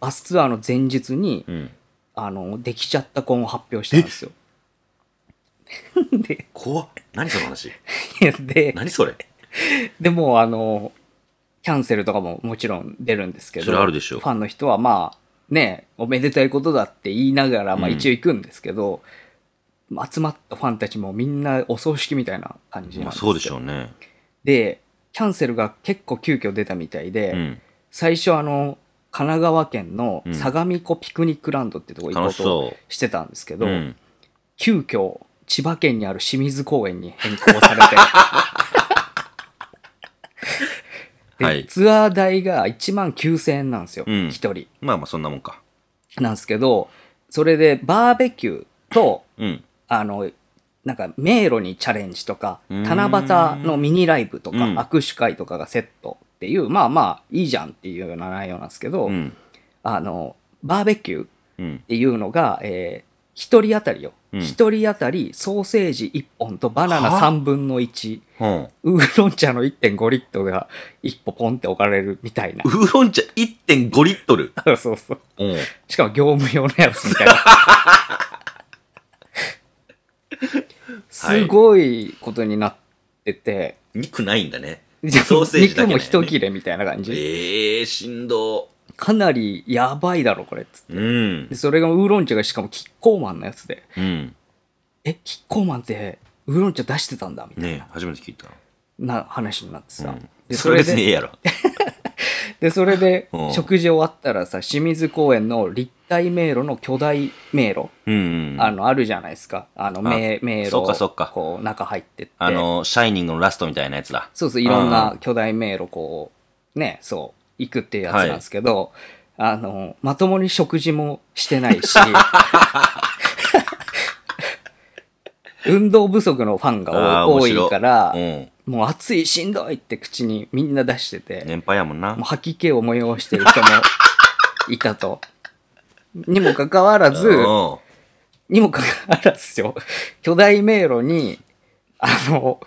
Speaker 1: バスツアーの前日に
Speaker 2: うん
Speaker 1: あの、できちゃった婚を発表したんですよ。で、
Speaker 2: 怖っ。何その話。
Speaker 1: いやで、
Speaker 2: 何それ。
Speaker 1: でもあの、キャンセルとかももちろん出るんですけど、
Speaker 2: それあるでしょ
Speaker 1: ファンの人はまあ、ね、おめでたいことだって言いながら、まあ
Speaker 2: うん
Speaker 1: 一応行くんですけど、集まったファンたちもみんなお葬式みたいな感じなん
Speaker 2: まあ
Speaker 1: です
Speaker 2: そうでしょ
Speaker 1: う。
Speaker 2: うね。
Speaker 1: で、キャンセルが結構急遽出たみたいで、
Speaker 2: うん。
Speaker 1: 最初あの、神奈川県の
Speaker 2: うん
Speaker 1: 相模湖ピクニックランドってとこ行こ
Speaker 2: 楽
Speaker 1: う
Speaker 2: し
Speaker 1: と
Speaker 2: そ
Speaker 1: してたんですけ
Speaker 2: う。
Speaker 1: ど、
Speaker 2: うん。
Speaker 1: 急遽千葉県にある清水公園に変更され てで、
Speaker 2: はい
Speaker 1: ツアー代が1万9000円なんですよ、
Speaker 2: うん
Speaker 1: 一人
Speaker 2: まあまあそんなもんか。
Speaker 1: なんですけどそれでバーベキューと
Speaker 2: うん。
Speaker 1: あのなんか迷路にチャレンジとか
Speaker 2: うーん
Speaker 1: 七夕のミニライブとか
Speaker 2: うん
Speaker 1: 握手会とかがセットっていう、まあまあいいじゃんっていうような内容なんですけど、
Speaker 2: うん。
Speaker 1: あのバーベキュー
Speaker 2: うん
Speaker 1: っ。ていうのが、えー、1人当たりよ、
Speaker 2: うん
Speaker 1: 一1人当たりソーセージ1本とバナナ
Speaker 2: は
Speaker 1: 3分の1
Speaker 2: うん
Speaker 1: ウーロン茶の1.5リットルが1歩ポンって置かれるみたいな
Speaker 2: ウーロン茶1.5リットル。
Speaker 1: そうそう
Speaker 2: うん。
Speaker 1: しかも業務用のやつみ たいなすごいことになってて、
Speaker 2: 肉ないんだね。ソーセージだけだよね
Speaker 1: 肉も一切れみたいな感じ、
Speaker 2: ええー、しんど。
Speaker 1: かなりやばいだろこれっつって
Speaker 2: うん
Speaker 1: で。それがウーロン茶がしかもキッコーマンのやつで
Speaker 2: うん。
Speaker 1: えキッコーマンってウーロン茶出してたんだみたいな、
Speaker 2: ねえ初めて聞いた。
Speaker 1: な話になってさ、
Speaker 2: うん
Speaker 1: で
Speaker 2: そ
Speaker 1: そ
Speaker 2: れ
Speaker 1: れ
Speaker 2: 別にえ
Speaker 1: で
Speaker 2: え やろ。
Speaker 1: でそれで
Speaker 2: うん
Speaker 1: 食事終わったらさ清水公園の立体迷路の巨大迷路、
Speaker 2: うんうん。
Speaker 1: あのあるじゃないですかあの迷迷路
Speaker 2: そっかそっか
Speaker 1: こう中入ってって
Speaker 2: あの、シャイニングのラストみたいなやつだ。
Speaker 1: そうそういろん
Speaker 2: う
Speaker 1: な巨大迷路こうねそう行くっていうやつなんですけど、あのまともに食事もしてない し運動不足のファンが
Speaker 2: あー
Speaker 1: 多
Speaker 2: 面
Speaker 1: い多
Speaker 2: 白
Speaker 1: いから
Speaker 2: う、ん。
Speaker 1: もう暑いしんどいって口にみんな出してて、
Speaker 2: 年配やもんな
Speaker 1: もう。吐き気を催してる人もいたと。にもかかわらず、
Speaker 2: うん
Speaker 1: にもかかわらずよ、 巨大迷路に、あの、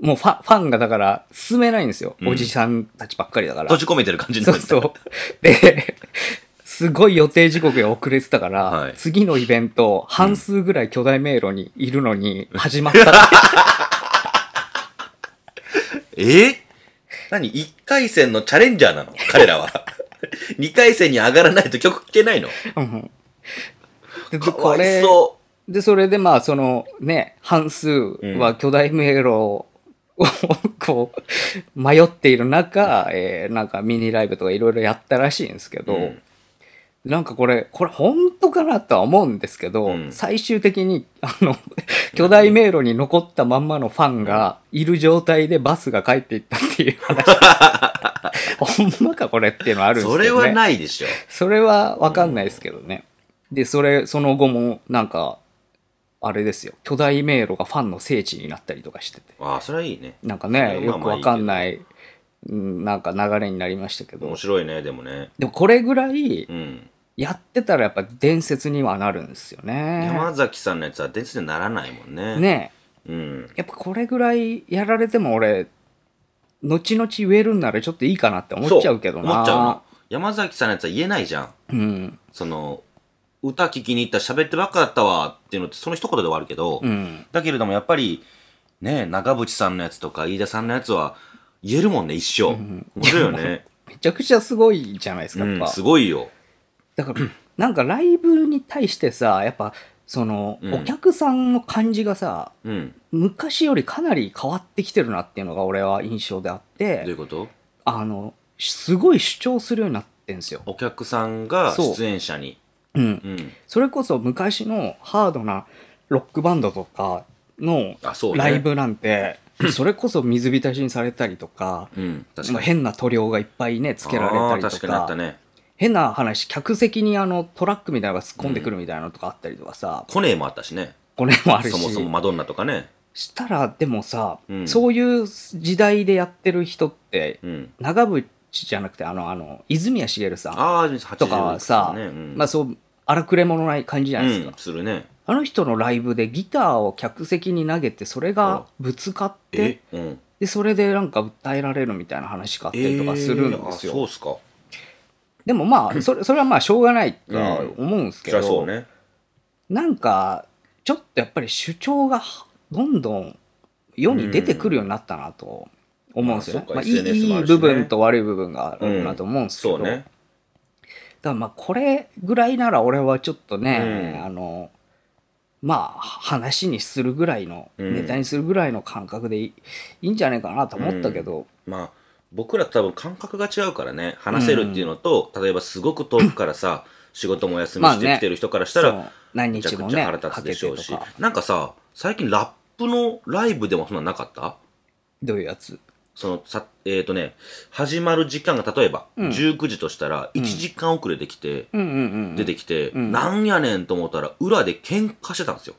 Speaker 1: もうファファンがだから進めないんですよ。
Speaker 2: うん
Speaker 1: おじさんたちばっかりだから。
Speaker 2: 閉じ込めてる感じに
Speaker 1: そ
Speaker 2: な
Speaker 1: う
Speaker 2: ってた
Speaker 1: そう。 で、すごい予定時刻が遅れてたから、
Speaker 2: はい
Speaker 1: 次のイベント、半数ぐらい巨大迷路にいるのに始まったって。
Speaker 2: え何 ?1 回戦のチャレンジャーなの彼らは。2回戦に上がらないと曲聴けないの
Speaker 1: うんでで
Speaker 2: か
Speaker 1: こ
Speaker 2: わ
Speaker 1: れ
Speaker 2: いそ
Speaker 1: で、それでまあ、そのね、半数は巨大迷路を、こう、迷っている中、えーなんかミニライブとかいろいろやったらしいんですけ
Speaker 2: う。
Speaker 1: ど、なんかこれ、これ本当かなとは思うんですけど、
Speaker 2: うん
Speaker 1: 最終的に、あの、 巨大迷路に残ったまんまのファンがいる状態でバスが帰っていったっていう 話。ほんまかこれっていうのはあるんです
Speaker 2: そ
Speaker 1: けど、ね。
Speaker 2: れはないでしょ。
Speaker 1: それはわかんないですけどね。で、それ、その後も、なんか、あれですよ、巨大迷路がファンの聖地になったりとかしてて、
Speaker 2: ああ、それはいいね。
Speaker 1: なんか
Speaker 2: そ
Speaker 1: ね、
Speaker 2: れは
Speaker 1: よ
Speaker 2: まあ
Speaker 1: くわかんない、うんなんか流れになりましたけど
Speaker 2: 面、白いね、でもね。
Speaker 1: でもこれぐらい
Speaker 2: うん。
Speaker 1: やってたらやっぱ伝説にはなるんですよね。
Speaker 2: 山崎さんのやつは伝説にならないもんね。。
Speaker 1: ね
Speaker 2: うん。
Speaker 1: やっぱこれぐらいやられても俺、後々言えるんならちょっといいかなって思っちゃうけどな。
Speaker 2: そ思っちゃうの。山崎さんのやつは言えないじゃん。
Speaker 1: うん。
Speaker 2: その、歌聴きに行った喋ってばっかだったわっていうのってその一言で終わるけど、
Speaker 1: うん。
Speaker 2: だけれどもやっぱりね長渕さんのやつとか飯田さんのやつは言えるもんね一生、
Speaker 1: ん
Speaker 2: 面白いよね、
Speaker 1: めちゃくちゃすごいじゃないですか、
Speaker 2: う
Speaker 1: やっぱ。
Speaker 2: ん、すごいよ
Speaker 1: だから、なんかライブに対してさ、やっぱ、その、
Speaker 2: うん
Speaker 1: お客さんの感じがさ、
Speaker 2: うん
Speaker 1: 昔よりかなり変わってきてるなっていうのが俺は印象であっ
Speaker 2: どうい
Speaker 1: て
Speaker 2: う、こと
Speaker 1: あの、すごい主張するようになってんですよ。
Speaker 2: お客さんが
Speaker 1: そう
Speaker 2: 出演者に
Speaker 1: うん。
Speaker 2: うん
Speaker 1: それこそ昔のハードなロックバンドとかの
Speaker 2: あそうね
Speaker 1: ライブなんて、 それこそ水浸しにされたりとか、
Speaker 2: うん確
Speaker 1: まあ
Speaker 2: かに
Speaker 1: 変な塗料がいっぱいね、つけられ
Speaker 2: あ
Speaker 1: た
Speaker 2: ー
Speaker 1: りと
Speaker 2: 確かにあったね
Speaker 1: 変な話、客席にあのトラックみたいなのが突っ込んでくるみたいなのとかあったりとかさ、
Speaker 2: コネもあったしね
Speaker 1: これもあるし
Speaker 2: そもそもマドンナとかね
Speaker 1: したらでもさ、
Speaker 2: うん
Speaker 1: そういう時代でやってる人って
Speaker 2: うん
Speaker 1: 長渕じゃなくてあのあの泉谷しげるさん
Speaker 2: ああ80
Speaker 1: とかはさ、
Speaker 2: ねうん
Speaker 1: まあそう荒くれ者ない感じじゃないですか、
Speaker 2: うん、するね
Speaker 1: あの人のライブでギターを客席に投げてそれがぶつかって
Speaker 2: えうん
Speaker 1: でそれでなんか訴えられるみたいな話があったりとかするんですよ、
Speaker 2: えーあそうっすか
Speaker 1: でもまあ、それ、それはまあ、しょうがないとは
Speaker 2: うん
Speaker 1: 思うんですけ
Speaker 2: そり
Speaker 1: ど、
Speaker 2: ゃそうね。
Speaker 1: なんか、ちょっとやっぱり主張がどんどん世に出てくるようになったなと思うんですよね。
Speaker 2: まあ
Speaker 1: まあ、い
Speaker 2: そうか SNS
Speaker 1: い
Speaker 2: もあ
Speaker 1: い
Speaker 2: るしね
Speaker 1: 部分と悪い部分があるなと思うんですけど、
Speaker 2: そうね。
Speaker 1: だからまあこれぐらいなら俺はちょっとね、
Speaker 2: うん
Speaker 1: あのまあ話にするぐらいの、
Speaker 2: うん
Speaker 1: ネタにするぐらいの感覚でいいいいんじゃないかなと思ったけど、
Speaker 2: まあ、僕ら多分感覚が違うからね、話せるっていうのと、例えばすごく遠くか らさ、仕事もお休み
Speaker 1: まあ
Speaker 2: し
Speaker 1: ね
Speaker 2: てきてる人からしたら、
Speaker 1: その何
Speaker 2: めちゃ
Speaker 1: 日も
Speaker 2: くち
Speaker 1: ね
Speaker 2: ゃ腹立
Speaker 1: か
Speaker 2: つ
Speaker 1: け
Speaker 2: で
Speaker 1: て
Speaker 2: しょ
Speaker 1: と
Speaker 2: うし、
Speaker 1: か
Speaker 2: なんかさ、最近ラップのライブでもそんなんなかった
Speaker 1: どういうやつ
Speaker 2: そのさ、えっ、とね、始まる時間が例えば
Speaker 1: うん
Speaker 2: 19時としたら、1時間遅れてきて、
Speaker 1: うんうんうん
Speaker 2: 出てきて、
Speaker 1: うん
Speaker 2: なんやねんと思ったら、裏で喧嘩してたん ですよ。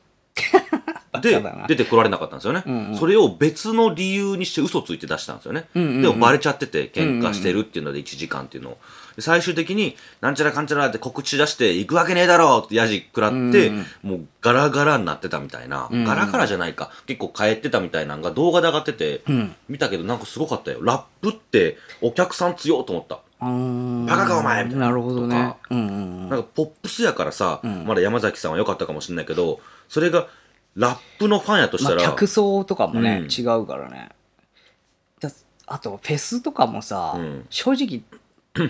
Speaker 1: カ
Speaker 2: で
Speaker 1: だな、
Speaker 2: 出てこられなかったんですよね、
Speaker 1: うんうん
Speaker 2: それを別の理由にして嘘ついて出したんですよね。
Speaker 1: うんうんうん
Speaker 2: でもバレちゃってて、喧嘩してるっていうので1時間っていうのを。で最終的に、なんちゃらかんちゃらって告知出して、行くわけねえだろうってやじ食らって、
Speaker 1: うん
Speaker 2: もうガラガラになってたみたいな、
Speaker 1: うん
Speaker 2: ガラガラじゃないか。結構帰ってたみたいなのが動画で上がってて、
Speaker 1: うん
Speaker 2: 見たけどなんかすごかったよ。ラップってお客さん強いと思った。
Speaker 1: あー
Speaker 2: バカかお前みたいな
Speaker 1: なるほど
Speaker 2: と
Speaker 1: ね
Speaker 2: か
Speaker 1: うんうんう
Speaker 2: なんんかポップスやからさ、
Speaker 1: うん
Speaker 2: まだ山崎さんは良かったかもしれないけど、それがラップのファンやとし
Speaker 1: ま
Speaker 2: た
Speaker 1: あ
Speaker 2: ら、
Speaker 1: 客層とかもね、
Speaker 2: うん
Speaker 1: 違うからねだあとフェスとかもさ、
Speaker 2: うん
Speaker 1: 正直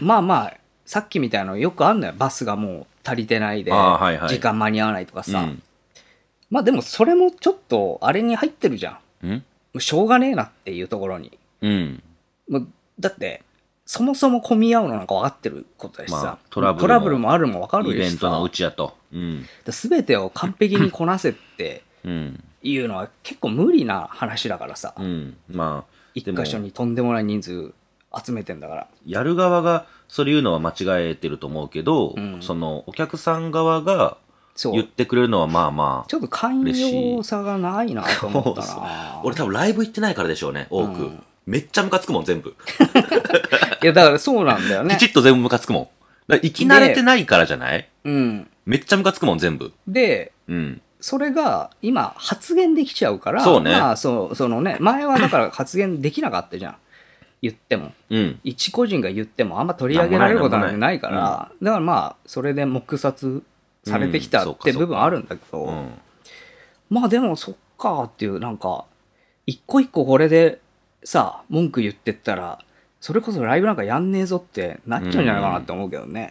Speaker 1: まあまあさっきみたいなのよくあんのよバスがもう足りてないで、
Speaker 2: あーはいはい
Speaker 1: 時間間に合わないとかさ、
Speaker 2: うん
Speaker 1: まあでもそれもちょっとあれに入ってるじゃんも
Speaker 2: うん
Speaker 1: うしょうがねえなっていうところに
Speaker 2: うん。
Speaker 1: もうだってそもそも混み合うのなんか分かってることだしさ、
Speaker 2: まあトラブルも
Speaker 1: もあるのも分か
Speaker 2: イ
Speaker 1: る
Speaker 2: ベ
Speaker 1: し
Speaker 2: ントのう
Speaker 1: さ
Speaker 2: ちやと。うん。
Speaker 1: だ全てを完璧にこなせって
Speaker 2: うん。
Speaker 1: いうのは結構無理な話だからさ、
Speaker 2: うん。まあ、
Speaker 1: 一
Speaker 2: でも
Speaker 1: 箇所にとんでもない人数集めてんだから。
Speaker 2: やる側がそれ言うのは間違えてると思うけど、
Speaker 1: うん
Speaker 2: そのお客さん側が
Speaker 1: そ
Speaker 2: 言っ
Speaker 1: う。
Speaker 2: てくれるのはまあま
Speaker 1: ちょっと寛容さがないなと思ったな
Speaker 2: あ。。俺多分ライブ行ってないからでしょうね、多く。
Speaker 1: うん
Speaker 2: めっちゃムカつくもん、全部。
Speaker 1: いや、だからそうなんだよね
Speaker 2: きち。っと全部ムカつくもん。だから生き慣れてないからじゃない
Speaker 1: うん。
Speaker 2: めっちゃムカつくもん、全部。
Speaker 1: で、
Speaker 2: うん。
Speaker 1: それが今発言できちゃうから、
Speaker 2: そうね
Speaker 1: まあそう、そのね、前はだから発言できなかったじゃん。言っても。
Speaker 2: うん。
Speaker 1: 一個人が言ってもあんま取り上げられることなんてないから、だからまあ、それで黙殺されてきた
Speaker 2: うんそ
Speaker 1: っ
Speaker 2: うか
Speaker 1: て
Speaker 2: そうか
Speaker 1: 部分あるんだけど、
Speaker 2: うん。
Speaker 1: まあでもそっかっていうなんか一個一個これでさ文句言ってったらそれこそライブなんかやんねえぞってなっちゃうんじゃないかなって思うけどね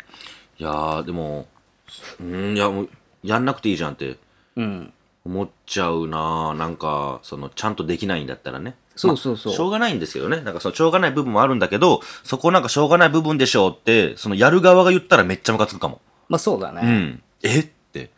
Speaker 2: いやー、でも、うん、いや、もう、やんなくていいじゃんって
Speaker 1: うん、
Speaker 2: 思っちゃうなーなんか、その、ちゃんとできないんだったらね。
Speaker 1: そうそうそう
Speaker 2: まあしょうがないんですけどね。なんかその、しょうがない部分もあるんだけど、そこなんかしょうがない部分でしょうって、その、やる側が言ったらめっちゃムカつくかも。
Speaker 1: まあそうだね、
Speaker 2: うん。えって。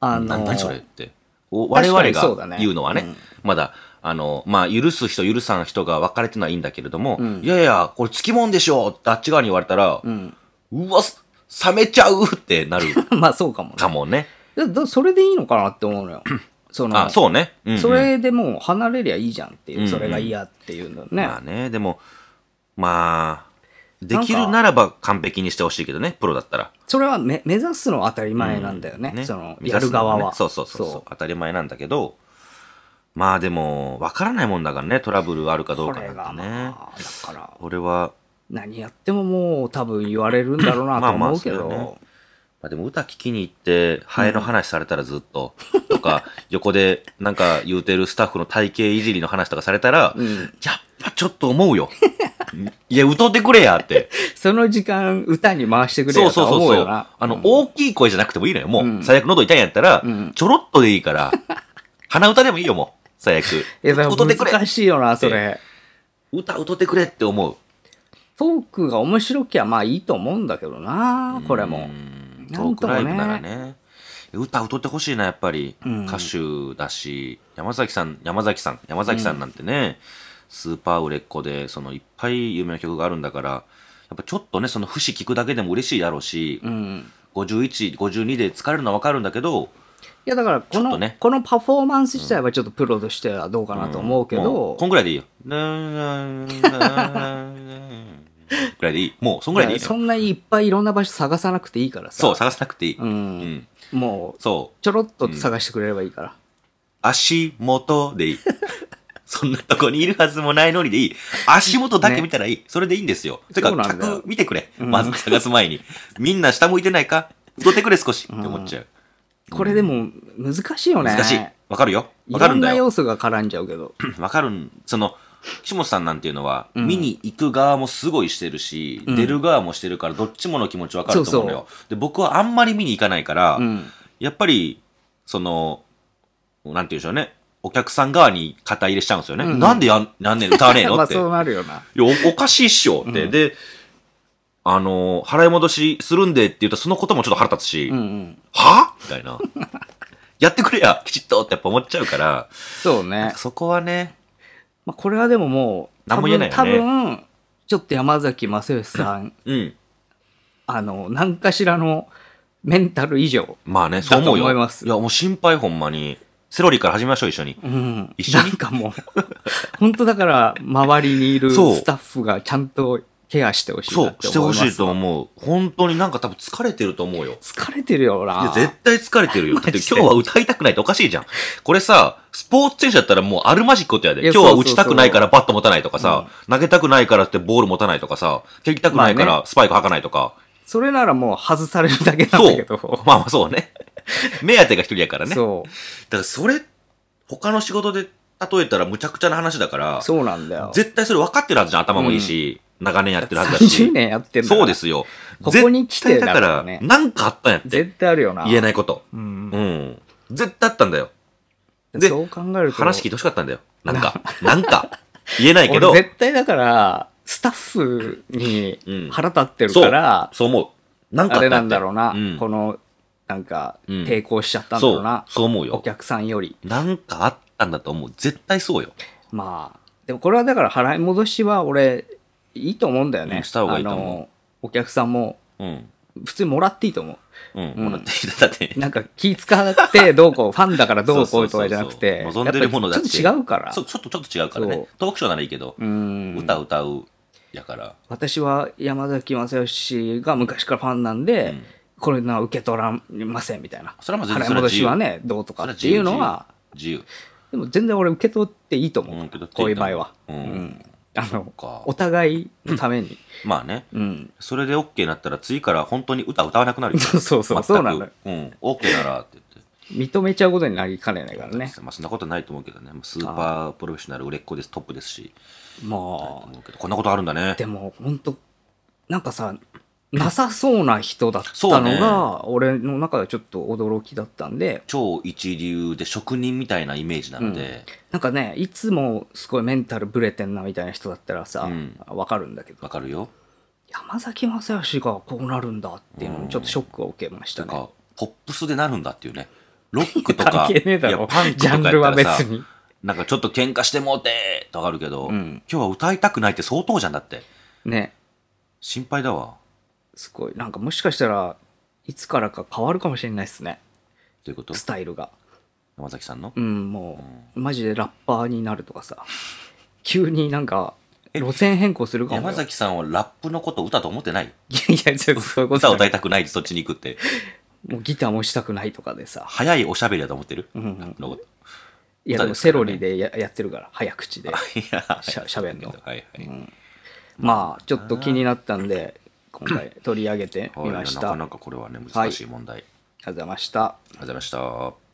Speaker 1: あ
Speaker 2: な
Speaker 1: の
Speaker 2: 何それって。お我
Speaker 1: 確
Speaker 2: 々
Speaker 1: かにそうだね
Speaker 2: が言うのはね、
Speaker 1: うん
Speaker 2: まだ、あの、まあ、許す人、許さん人が分かれてないんだけれども、
Speaker 1: うん
Speaker 2: いやいや、これつきもんでしょってあっち側に言われたら、
Speaker 1: うん
Speaker 2: うわ、す冷めちゃうってなる
Speaker 1: まあそうかもね
Speaker 2: かもね。
Speaker 1: だだそれでいいのかなって 思うのよその
Speaker 2: あ、そうね。うんうん
Speaker 1: それでもう離れりゃいいじゃんっていう、
Speaker 2: うんうん
Speaker 1: それが嫌っていうのね、
Speaker 2: まあね、でも、まあ、できるならば完璧にしてほしいけどね、プロだったら。
Speaker 1: それはめ目指すのは当たり前なんだよね,、その
Speaker 2: 目
Speaker 1: や
Speaker 2: 指
Speaker 1: る
Speaker 2: すの
Speaker 1: 側
Speaker 2: ね
Speaker 1: は
Speaker 2: そうそうそうそう当たり前なんだけど、まあでも、分からないもんだからね、トラブルあるかど
Speaker 1: こ
Speaker 2: うか
Speaker 1: れ
Speaker 2: な
Speaker 1: が
Speaker 2: んてね。
Speaker 1: まあだから
Speaker 2: 俺は、
Speaker 1: 何やってももう多分言われるんだろうな
Speaker 2: ま
Speaker 1: と
Speaker 2: あまあ
Speaker 1: 思うけど、
Speaker 2: そうだねまあ、でも歌聞きに行って、ハエの話されたらずっと、とか、横でなんか言うてるスタッフの体型いじりの話とかされたら、
Speaker 1: うん
Speaker 2: やっぱちょっと思うよ。 いや、歌ってくれやって。
Speaker 1: その時間歌に回してくれ
Speaker 2: そう
Speaker 1: ると
Speaker 2: そう
Speaker 1: は
Speaker 2: そう
Speaker 1: 思う
Speaker 2: そう。
Speaker 1: よな
Speaker 2: あの、大きい声じゃなくてもいいのよ。もう、
Speaker 1: うん
Speaker 2: 最悪喉痛いんやったら、
Speaker 1: うん
Speaker 2: ちょろっとでいいから、鼻歌でもいいよ、もう。最 悪。
Speaker 1: いやだか
Speaker 2: 歌ってく
Speaker 1: ら
Speaker 2: れ
Speaker 1: 難しいよなそれ
Speaker 2: 歌歌ってくれって思う。
Speaker 1: トークが面白きゃまあいいと思うんだけどなこれ
Speaker 2: う
Speaker 1: も
Speaker 2: んト
Speaker 1: なん
Speaker 2: ー
Speaker 1: と
Speaker 2: ク
Speaker 1: もね
Speaker 2: ライブならね。歌歌ってほしいな、やっぱり。
Speaker 1: うん
Speaker 2: 歌手だし、山崎さん、山崎さん、山崎さんなんてね、スーパー売れっ子で、そのいっぱい有名な曲があるんだから、やっぱちょっとね、その節聞くだけでも嬉しいだろうし、
Speaker 1: うん
Speaker 2: 51、52で疲れるのはわかるんだけど、
Speaker 1: いやだからこ
Speaker 2: ちょっ
Speaker 1: の、
Speaker 2: とね
Speaker 1: このパフォーマンス自体はちょっとプロとしてはどうかなと思うけ
Speaker 2: も
Speaker 1: ど、
Speaker 2: こんぐらいでいい よ。ぐらいでいい。もう、そんぐらいでいい
Speaker 1: い
Speaker 2: の
Speaker 1: や
Speaker 2: よ。
Speaker 1: そんないっぱいいろんな場所探さなくていいからさ
Speaker 2: そう、探さなくていい。
Speaker 1: う、
Speaker 2: うんん。
Speaker 1: もう
Speaker 2: そう。
Speaker 1: ちょろっと探してくれればいいから、
Speaker 2: 足元でいい。 そんなとこにいるはずもないのにでいい。足元だけ見たらいい。それでいいんですよ。てか
Speaker 1: そう、なんだよ
Speaker 2: 客見てくれ。
Speaker 1: うん
Speaker 2: まず探す前に。みんな下向いてないか踊ってくれ少しって思っちゃう。
Speaker 1: これでも難しいよね。
Speaker 2: 難しい。わかるよ。
Speaker 1: い
Speaker 2: わか
Speaker 1: ろ
Speaker 2: るん
Speaker 1: ん
Speaker 2: だ
Speaker 1: な
Speaker 2: よ。
Speaker 1: 要素が絡んじゃうけど。
Speaker 2: わかるん。その、岸本さんなんていうのは、
Speaker 1: うん
Speaker 2: 見に行く側もすごいしてるし、
Speaker 1: うん
Speaker 2: 出る側もしてるから、どっちもの気持ちわかると思うのよ。
Speaker 1: そ
Speaker 2: で、僕はあんまり見に行かないから、
Speaker 1: うん。
Speaker 2: やっぱり、その、なんて言うんでしょうね。お客さん側に肩入れしちゃうんですよね。
Speaker 1: うん
Speaker 2: なんでやん、なんねん、歌わねえの
Speaker 1: まあ
Speaker 2: って。
Speaker 1: そうなるよな。
Speaker 2: いやおおかしいっしょって。
Speaker 1: うん
Speaker 2: で、あの、払い戻しするんでって言ったらそのこともちょっと腹立つし、
Speaker 1: うんうん。
Speaker 2: はみたいな。 やってくれやきちっとってやっぱ思っちゃうから、
Speaker 1: そうね。
Speaker 2: そこはね、
Speaker 1: まあ、これはでももう、
Speaker 2: 何も言えないよね
Speaker 1: 多分、多分ちょっと山崎正義さ ん、
Speaker 2: うん。
Speaker 1: あの、何かしらのメンタル以上。
Speaker 2: まあね、そう思う
Speaker 1: だ
Speaker 2: よ。
Speaker 1: と思います
Speaker 2: や、もう心配ほんまに。セロリから始めましょう、一緒に。
Speaker 1: うん。
Speaker 2: 一緒に
Speaker 1: なんかもう、 本当だから、周りにいる
Speaker 2: そう
Speaker 1: スタッフがちゃんとケアしてほしい
Speaker 2: そ
Speaker 1: な
Speaker 2: う
Speaker 1: っ、て
Speaker 2: して
Speaker 1: 思い
Speaker 2: ほ
Speaker 1: ます。
Speaker 2: しいと思う。本当になんか多分疲れてると思うよ。
Speaker 1: 疲れてるよ
Speaker 2: いや、
Speaker 1: な。
Speaker 2: 絶対疲れてる よ。だっ
Speaker 1: マジ
Speaker 2: て
Speaker 1: で
Speaker 2: 今日は歌いたくないっておかしいじゃん。これさ、スポーツ選手だったらもうあるまじきことやで。
Speaker 1: いや
Speaker 2: 今日は
Speaker 1: そうそ
Speaker 2: 打
Speaker 1: うそう
Speaker 2: ちたくないからバット持たないとかさ、投げたくないからってボール持たないとかさ、蹴りたくないか
Speaker 1: まあ
Speaker 2: らスパイク吐かないとか。
Speaker 1: それならもう外されるだけなんだ
Speaker 2: そ
Speaker 1: け
Speaker 2: う
Speaker 1: ど。。
Speaker 2: まあまあそ うね。目当てが一人やからね。だか
Speaker 1: そう。
Speaker 2: らそれ、他の仕事で例えたらむちゃくちゃな話だから、
Speaker 1: そうなんだよ。
Speaker 2: 絶対それ分かってるはずじゃん。頭もいいし、長年やってるはずだし
Speaker 1: 30。年やってんだから
Speaker 2: そうですよ。
Speaker 1: ここに来て
Speaker 2: 絶対だか
Speaker 1: だから
Speaker 2: ら
Speaker 1: ね、
Speaker 2: なんかあったんやって。
Speaker 1: 絶対あるよな。
Speaker 2: 言えないこと。
Speaker 1: うん
Speaker 2: う。ん。絶対あったんだよ。で
Speaker 1: そう考えると。
Speaker 2: 話聞いてほしかったんだよ。なんか、 なんか、言えないけど
Speaker 1: 俺、絶対だから、スタッフに
Speaker 2: うん
Speaker 1: 腹立ってるから、
Speaker 2: そう思う。なんか
Speaker 1: あ
Speaker 2: あっ
Speaker 1: れ
Speaker 2: たんだ
Speaker 1: なんだろうな。
Speaker 2: うん
Speaker 1: この、なんか、
Speaker 2: うん
Speaker 1: 抵抗しちゃったんだろ
Speaker 2: そうう
Speaker 1: な、。
Speaker 2: そう思う
Speaker 1: お
Speaker 2: よ。
Speaker 1: 客さんより。
Speaker 2: なんかあったんだと思う。絶対そうよ。
Speaker 1: まあ、でもこれはだから払い戻しは俺、いいと思うんだよ
Speaker 2: う
Speaker 1: ね
Speaker 2: ん。した方がいいと
Speaker 1: あ
Speaker 2: 思う
Speaker 1: の、お客さんも、
Speaker 2: うん。
Speaker 1: 普通にもらっていいと思う。
Speaker 2: うん。
Speaker 1: うん
Speaker 2: もらってきただって。
Speaker 1: なんか気使ってどう こう、ファンだからどうこうとかじゃなくて、
Speaker 2: そうそうそうそう望んでるものだ
Speaker 1: や
Speaker 2: っ
Speaker 1: ってぱりちょっと違うから。
Speaker 2: そう、ちょっとちょっと違うから
Speaker 1: そう
Speaker 2: ね。トークショーならいいけど、
Speaker 1: うん
Speaker 2: 歌歌うやから。
Speaker 1: 私は山崎正義が昔からファンなんで、
Speaker 2: うん
Speaker 1: これな受け取られませんみたいな
Speaker 2: それはまあ
Speaker 1: 払
Speaker 2: 全然
Speaker 1: い
Speaker 2: それは
Speaker 1: 戻
Speaker 2: 自
Speaker 1: し
Speaker 2: 由
Speaker 1: は。ねどうとかっていうのは
Speaker 2: 自由。
Speaker 1: でも全然俺受け取っていいと思う、
Speaker 2: うん受け取ってい
Speaker 1: こ
Speaker 2: いう
Speaker 1: い
Speaker 2: と思う
Speaker 1: う場合は、
Speaker 2: うん
Speaker 1: あの
Speaker 2: か
Speaker 1: お互いのために、
Speaker 2: まあね。
Speaker 1: うん、
Speaker 2: それで OK になったら次から本当に歌歌わなくなるよ。
Speaker 1: そうそう そう
Speaker 2: 全く
Speaker 1: そうなのよ
Speaker 2: うん。OK ならって言って。
Speaker 1: 認めちゃうことになりかねないからね
Speaker 2: まあそんなことないと思うけどね、まあスーパープロフェッショナル売れっ子です、トップですし、
Speaker 1: まあ
Speaker 2: 思うけどこんなことあるんだね。
Speaker 1: でも本当なんかさなさそうな人だった
Speaker 2: そう
Speaker 1: の
Speaker 2: ね
Speaker 1: が、俺の中ではちょっと驚きだったんで
Speaker 2: 超一流で職人みたいなイメージなので、
Speaker 1: なんかねいつもすごいメンタルブレてんなみたいな人だったらさ、
Speaker 2: うん
Speaker 1: わかるんだけど
Speaker 2: わ、かるよ。
Speaker 1: 山崎まさよしがこうなるんだっていうのにちょっとショックを受けました
Speaker 2: なん
Speaker 1: ね。
Speaker 2: か、ポップスでなるんだっていうね。ロックとか、
Speaker 1: 関係ねえだ
Speaker 2: いや
Speaker 1: ろ
Speaker 2: パン、クと
Speaker 1: ジャ
Speaker 2: かや
Speaker 1: ン
Speaker 2: った
Speaker 1: ルは
Speaker 2: ら
Speaker 1: 別
Speaker 2: さ、
Speaker 1: に。
Speaker 2: なんかちょっと喧嘩してもうてーとわかるけど、
Speaker 1: うん
Speaker 2: 今日は歌いたくないって相当じゃんだって。
Speaker 1: ね、
Speaker 2: 心配だわ。
Speaker 1: すごい。なんかもしかしたらいつからか変わるかもしれないですね、
Speaker 2: ということ
Speaker 1: スタイルが。
Speaker 2: 山崎さんの
Speaker 1: うん、もう、マジでラッパーになるとかさ、急になんか路線変更するかもよ。
Speaker 2: 山崎さんはラップのこと歌と思ってない
Speaker 1: いやいや、ちょっとそういうこと
Speaker 2: 歌を歌
Speaker 1: だ
Speaker 2: いたくないでそっちに行くって。
Speaker 1: もうギターもしたくないとかでさ。
Speaker 2: 早いおしゃべりだと思ってる、
Speaker 1: うん
Speaker 2: ラップのこと。
Speaker 1: いや、でもセロリでややってるから、早口で
Speaker 2: いや
Speaker 1: しゃしゃべんの。
Speaker 2: はいはい。
Speaker 1: まあ、ちょっと気になったんで、今回取り上げてみまし
Speaker 2: はいな
Speaker 1: た。
Speaker 2: かなかこれはね、難しい問題。あ
Speaker 1: あり
Speaker 2: り
Speaker 1: がとうございました。
Speaker 2: がとうございました。